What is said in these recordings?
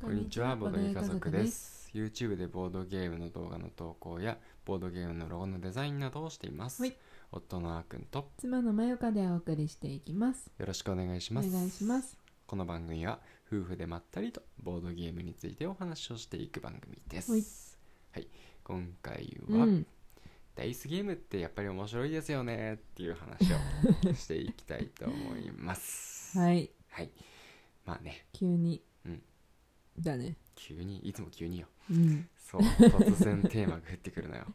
こんにちは、ボードゲー家族です。YouTube でボードゲームの動画の投稿や、ボードゲームのロゴのデザインなどをしています。はい夫のあーくんと、妻のまよかでお送りしていきますよろしくお願いします。お願いしますこの番組は、夫婦でまったりとボードゲームについてお話をしていく番組です。はいはい、今回うは、んダイスゲームってやっぱり面白いですよねっていう話をしていきたいと思います。い。はい はい。まあね、急に、うんだね急に、いつも急によ。うんそう、突然テーマが降ってくるのよ。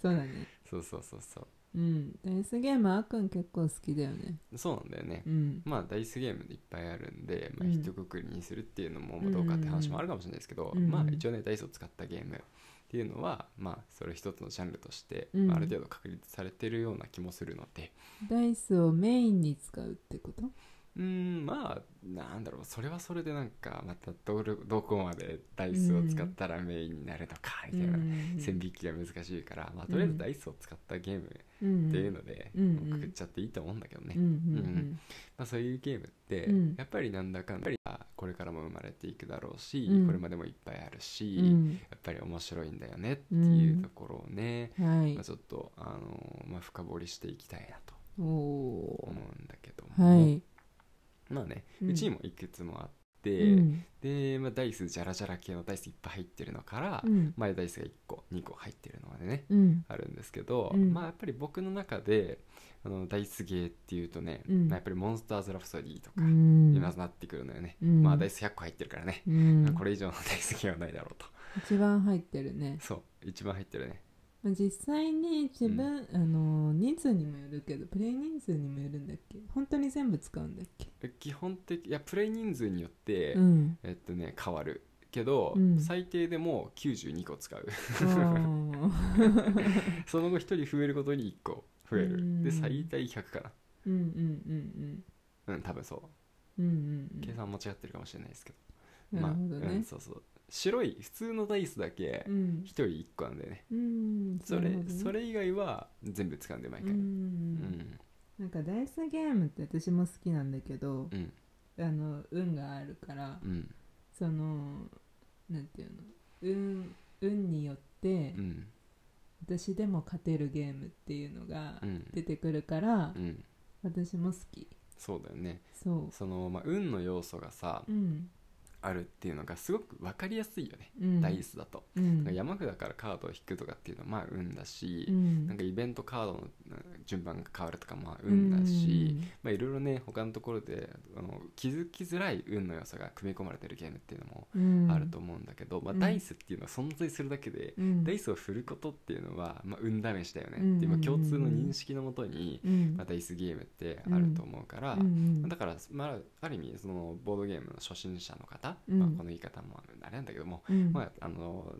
そうだねそうそうそうそうんダイスゲームあっくん結構好きだよねうそうなんだよねう、んまあダイスゲームでいっぱいあるんで、まあ、うん一括りにするっていうのもまあどうかって話もあるかもしれないですけど、うんうんまあ一応ねダイスを使ったゲームっていうのはまあそれ一つのジャンルとして、うんまあ、ある程度確立されてるような気もするのでダイスをメインに使うってことうーんまあなんだろうそれはそれでなんかまたどれどこまでダイスを使ったらメインになるのかみたいな、うん線引きが難しいから、まあ、とりあえずダイスを使ったゲームっうんていうので、うんもうくくっちゃっていいと思うんだけどね。うんうんまあ、そういうゲームって、うんやっぱりなんだかんだやっぱりこれからも生まれていくだろうし、うんこれまでもいっぱいあるし、うんうんやっぱり面白いんだよねっていうところをね、はいまあ、ちょっと、あのーまあ、深掘りしていきたいなとお思おうんだけどーも、はいまあねうんうちにもいくつもあって、うんで、まあ、ダイスジャラジャラ系のダイスいっぱい入ってるのから、うん前ダイスが1個2個入ってるのまでねうんあるんですけど、うんまあやっぱり僕の中であのダイスゲーっていうとね、うんまあやっぱり「モンスターズ・ラプソディ」とか、うん今なってくるのよね、うんまあダイス100個入ってるからね、うんこれ以上のダイスゲーはないだろうと一番入ってるねそう一番入ってるねまあ実際に自分、あの人数にもよるけどプレイ人数にもよるんだっけ本当に全部使うんだっけ、え基本的いやプレイ人数によって、 うんえっとね変わるけど、うん最低でも92個使う あーその後1人増えることに1個増える、うんで最大100かなうんうんうんうん多分そうんうんうんう計算間違ってるかもしれないですけうど、んなるほどまあ、うん、ね、そうそう白い普通のダイスだけうん1人1個なんだよねうんそなれるほどねそれ以外は全部使うんで毎うん回うんなんかダイスゲームって私も好きなんだけどうんあの運があるからうんそのなんていうの運運によってうん私でも勝てるゲームっていうのがうん出てくるからう、ん私も好きそうだよねそその、まあ、運の要素がさううん、あるっていうのがすごく分かりやすいよね、うん、ダイスだと、うんなんか山札からカードを引くとかっていうのはまあ運だし、うんなんかイベントカードのうん順番が変わるとかまあ運だし、まあいろいろね他のところであの気づきづらい運の要素が組み込まれてるゲームっていうのもうんあると思うんだけど、まあ、うんダイスっていうのは存在するだけで、うんダイスを振ることっていうのは、まあ、運試しだよねうんっていう、まあ、共通の認識のもとに、うんまあ、ダイスゲームってあると思うから、うんだから、まあ、ある意味そのボードゲームの初心者の方、うんまあ、この言い方もあれなんだけども、うんまあ、あの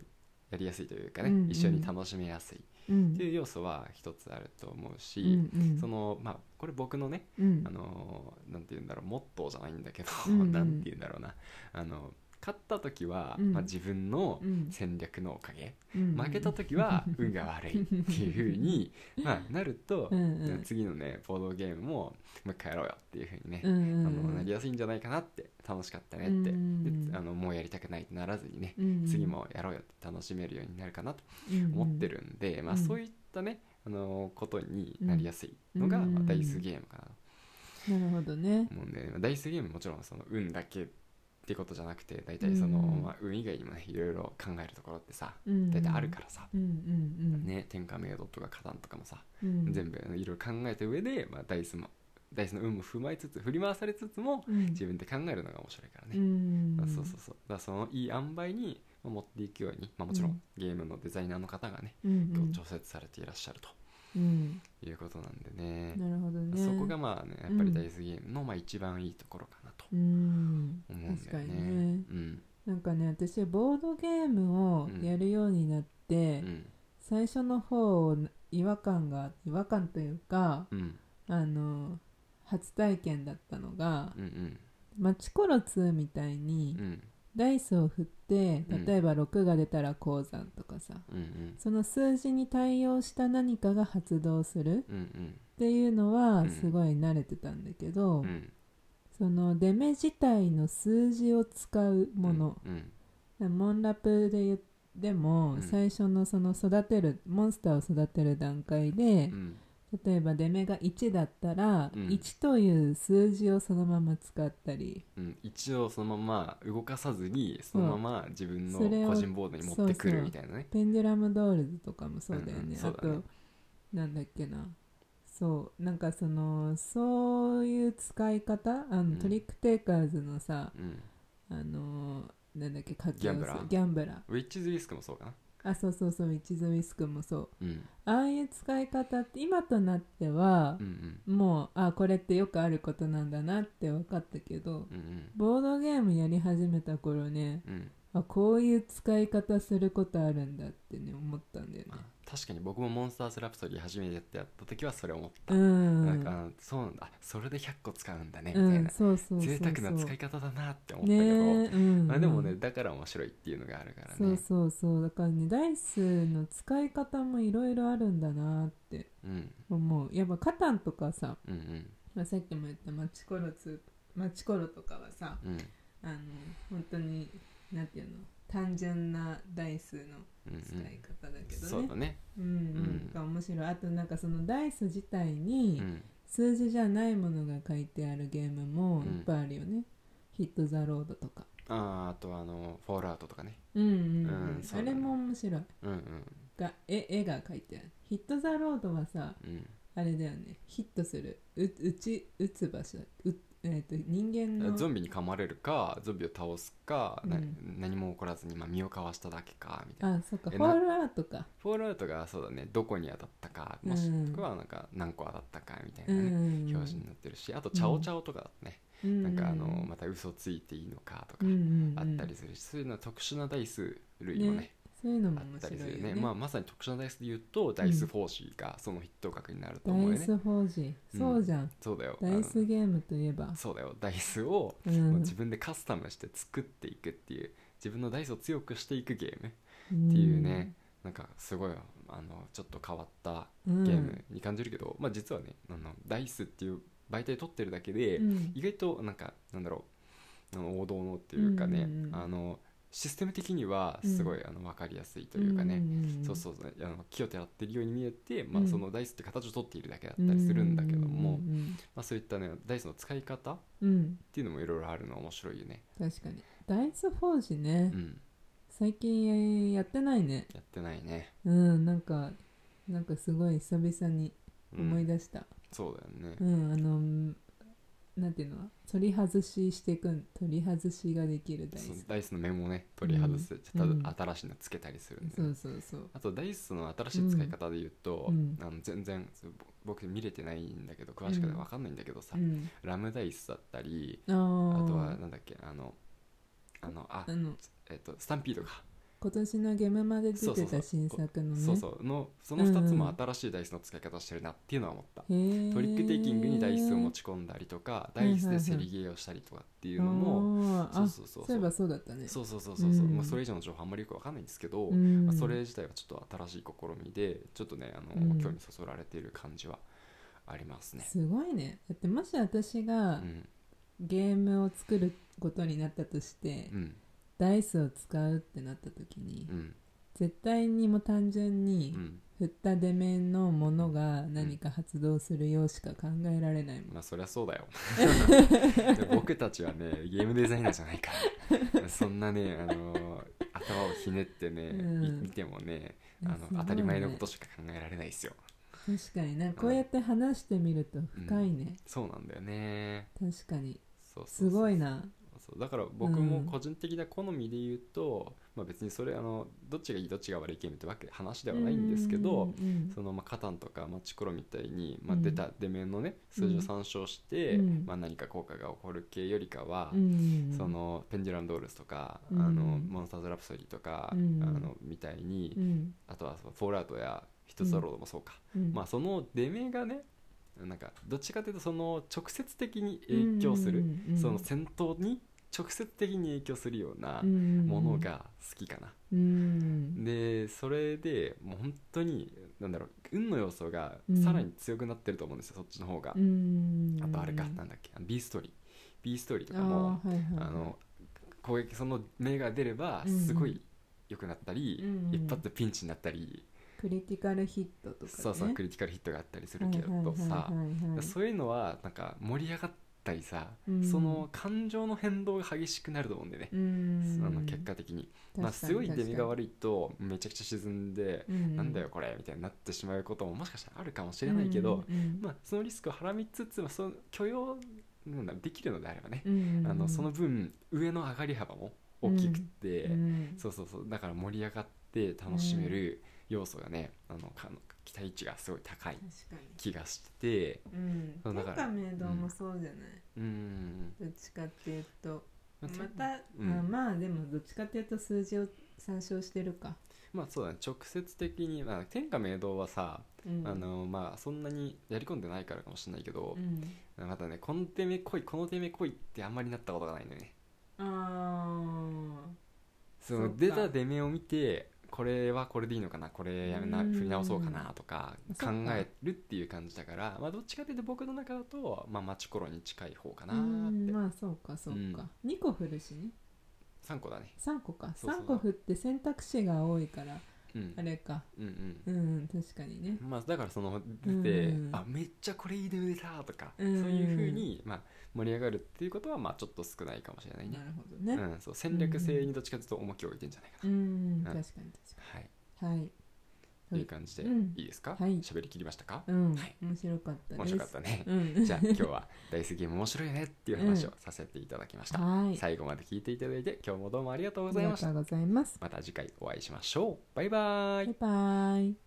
やりやすいというかね、うんうん一緒に楽しめやすいっうんていう要素は一つあると思うし、うんうんそのまあ、これ僕のね、うんあのなんて言うんだろうモットーじゃないんだけど、うんうん なんて言うんだろうなあの勝った時は、うんまあ、自分のうん戦略のおかげ、うん負けた時は運が悪いっていう風にまあなるとうんうん次のねボードゲームももう一回やろうよっていう風にねう、んあうんのなりやすいんじゃないかなって楽しかったねって、うんであのもうやりたくないってならずにね、うん次もやろうよって楽しめるようになるかなとうんうん思ってるんで、まあ、うんそういったねあのことになりやすいのが、うんまあ、ダイスゲームかななるほどねと思うんで、まあダイスゲームもちろんその運だけってことじゃなくて大体その、うんまあ、運以外にもねいろいろ考えるところってさうん大体あるからさ、うんうんうんね、天下名ドとか花壇とかもさ、うん全部いろいろ考えた上で、まあ、ダイスもダイスの運も踏まえつつ振り回されつつもうん自分で考えるのが面白いからうね、んあそうそうそうだからそのいい塩梅にまあ持っていくように、まあ、もちろうんんゲームのデザイナーの方がね、うんうん調節されていらっしゃるとうんいうことなんでねなるほどねそこがまあねやっぱりダイスゲームのまあ一番いいところかなとうん思うんだよね確かにねうんなんかね私ボードゲームをやるようになって、うん最初の方違和感が違和感というかうんあの初体験だったのがうんうんマチコロ2みたいにうんダイスを振ってうん例えば6が出たら鉱山とかさうんうんその数字に対応した何かが発動するうんうんっていうのうはんすごい慣れてたんだけど、うんその出目自体の数字を使うものうんでモンラプで言っでも、うん最初のその育てるモンスターを育てる段階でう、ん例えば出目が1だったら、うん1という数字をそのまま使ったりうん、一応そのまま動かさずにそのまま自分のそれを個人ボードに持ってくそうそるうみたいなねペンデュラムドールズとかもそうだよね,、うんうんそうだねあとなんだっけなそうなんかそのそういう使い方あの、んトリックテイカーズのさうんあのなんだっけ書きギャンブラーギャンブラーウィッチズリスクもそうかなあそうそうそう一途リスクもそううんああいう使い方って今となってはう、んもうあこれってよくあることなんだなって分かったけど、うんうんボードゲームやり始めた頃ねうんうんあこういう使い方することあるんだってね思ったんだよねまあ確かに僕もモンスターズラプソディ初めてやってやった時はそれ思った、うんなんかあそうなんだあそれで100個使うんだねみうたいんな、そうそうそうそう贅沢な使い方だなって思ったけねど、えうんまあ、でもねだから面白いっていうのがあるからねそうそうそうだからねダイスの使い方もいろいろあるんだなってうん思うやっぱカタンとかさ、うんうんまあ、さっきも言ったマチコロツマチコロとかはさ、うんあの本当になんていうの単純なダイスのうんうん使い方だけそどうねだねうんうんが面白いあとなんかそのダイス自体うにん数字じゃないものが書いてあるゲームもうんいっぱいあるよね、ヒット・ザ・ロードとかあーあとあのフォールアウトとかねうんうん、ううんんそうあだねれも面白いうんうんが絵絵が書いてあるヒット・ザ・ロードはさうんあれだよねヒットするう打ち打つ場所う、えー、と人間のゾンビに噛まれるかゾンビを倒すか、なうん何も起こらずに、まあ、身をかわしただけかみたいなあそっかえフなォールアウトかフォールアウトがそうだねどこに当たったかもしうんくはなんか何個当たったかみたいうな、ねん表示になってるしあとチャオチャオとかだとね、ななんかあのまた嘘ついていいのかとかあったりするし、そういうのは特殊なダイス類もねねそういうのもあ面った白いりすよるねねまあ、まさに特殊なダイスで言うとダイスフォーシーがその筆頭格になるとダ思うイよね、ス法人そうじゃん、そうだよダイスゲームといえばあのそうだよダイスをうもうん自分でカスタムして作っていくっていう自分のダイスを強くしていくゲームっていうね、なんかすごいあのちょっと変わったうん、ゲームに感じるけど、まあ実はねあのダイスっていう媒体取ってるだけで、うん意外となんかなんだろうあの王道のっていうかね、うんうんうんあのシステム的にはすごい、あの分かりやすいというかね、そうそうそうあの木をてらってるように見えて、まうあ、んそのダイスって形を取っているだけだったりするんだけども、うんまあ、そういったねダイスの使い方っうんうんていうのもいろいろあるの面白いよね、確かにダイス法人ね、うん、最近やってないねやってないね、うんなんかなんかすごい久々にうん思い出したそうだよね、うん、あのなんていうの取り外ししていくん取り外しができるダイそのスダイスのメモをね取り外して、うんただ新しいのつけたりするんで、そうそうそうあとダイスの新しい使い方で言うと、うんあの全然そうぼ僕見れてないんだけど詳しくわかんないんだけどさ、うんラムダイスだったりああーとはなんだっけあのあのああのえっとスタンピードか、今年のゲームまで出てた新作のねそううそうのその2つうんうもん新しいダイスの使い方してるなっていうのは思った、へートリックテイキングにダイスを持ち込んだりとかダイスで競りゲーをしたりとかっていうのも、あーあそうそうそうそういえばそうだったねそうそうそうそうそう、うんまあ、それ以上の情報あんまりよくわかんないんですけど、うんまあ、それ自体はちょっと新しい試みでちょっとねあの、うん興味そそられている感じはありますね。すごいねだってもし私うがんゲームを作ることになったとして、うんダイスを使うってなった時に、うん絶対にもう単純にうん振った出面のものが何か発動するようしか考えられないもん、まあそりゃそう だよで僕たちはねゲームデザイナーじゃないからそんなねあの頭をひねってね、うんみ見てもねあすのごいね当たり前のことしか考えられないですよ確かになんかこうやって話してみると深いね、そうなんだよね確かにそうそうそすうごいなそうだから僕もうん個人的な好みで言うと、まあ、別にそれあのどっちがいいどっちが悪いゲームってわけ話ではないんですけど、うんうんそのまあカタンとかマチクロみたいに、まあ、うん出た出面のね数字を参照して、うんまあ、何か効果が起こる系よりかは、うんそのペンデュラムドールズとか、うんあのモンスターズ・ラプソディとか、うんあのみたいに、うんあとはそのフォールアウトやヒット・ザ・ロードもそうか、うんまあその出目がねなんかどっちかというとその直接的に影響する、うんうんうんその戦闘に直接的に影響するようなもものが好きかな、うんでそれでもう本当になんだろう運の要素がうんさらに強くなってると思うんですよ、そっちの方が、うんあとあれかなんだっけあの B ストーリー B ストーリーとかあもーはいはいあの攻撃その目が出ればうんすごい良くなったり、うん一発でピンチになったり、クリティカルヒットとかねそうそうクリティカルヒットがあったりするけどさ、はいはいはいはいそういうのはなんか盛り上がったりさ、うんその感情の変動が激しくなると思うんでね、うんあの結果的に、まあ、確かに強い出目が確悪いとめちゃくちゃ沈んでか、にうなんだよこれみたいになってしまうことももしかしたらあるかもしれないけど、うんうんまあ、そのリスクをはらみつつ、まあ、その許容なんだできるのであればね、うんあのその分上の上がり幅も大きくて、うんそうそうそうだから盛り上がって楽しめる要素がね、あのか期待値がすごい高い確か気がしてにうんそうだから天下明堂もそうじゃない、うんどっちかっていうとままあた、うんあまあでもどっちかっていうと数字を参照してるか、まあそうだね直接的に、まあ、天下明堂はさ、うん、あのまあそんなにやり込んでないからかもしれないけどう、んまたねこの手目来いこの手目来いってあんまりなったことがないのよねあそそうのか出た出目を見てこれはこれでいいのかなこれやめなうん振り直そうかなとかそ考っかえるっていう感じだから、まあ、どっちかというと僕の中だと、まあ、マチコロに近い方かーなうーっんてまあそうかそうか、二2個振るしね3個だね3個かそうそう三個振って選択肢が多いからうんあれかうんうんうん確かにねまあ、だからその出て、うんあめっちゃこれいい出目出たとか、うんそういうふうに、まあ、盛り上がるっていうことはまあちょっと少ないかもしれないねな、るほどねうん、そう戦略性にどっちかというと重きを置いてんじゃないかうな、ん、確かに確かはいにはいという感じで、うんいいですかはい喋、りきりましたか、うん、はい面白かったです面白かったね、うん じゃあ今日は「大好き面白いね」っていう話をさせていただきました、はい最後まで聞いていただいて今日もどうもありがとうごあざいりまがしたとうございますまた次回お会いしましょうバイバーイバイバイ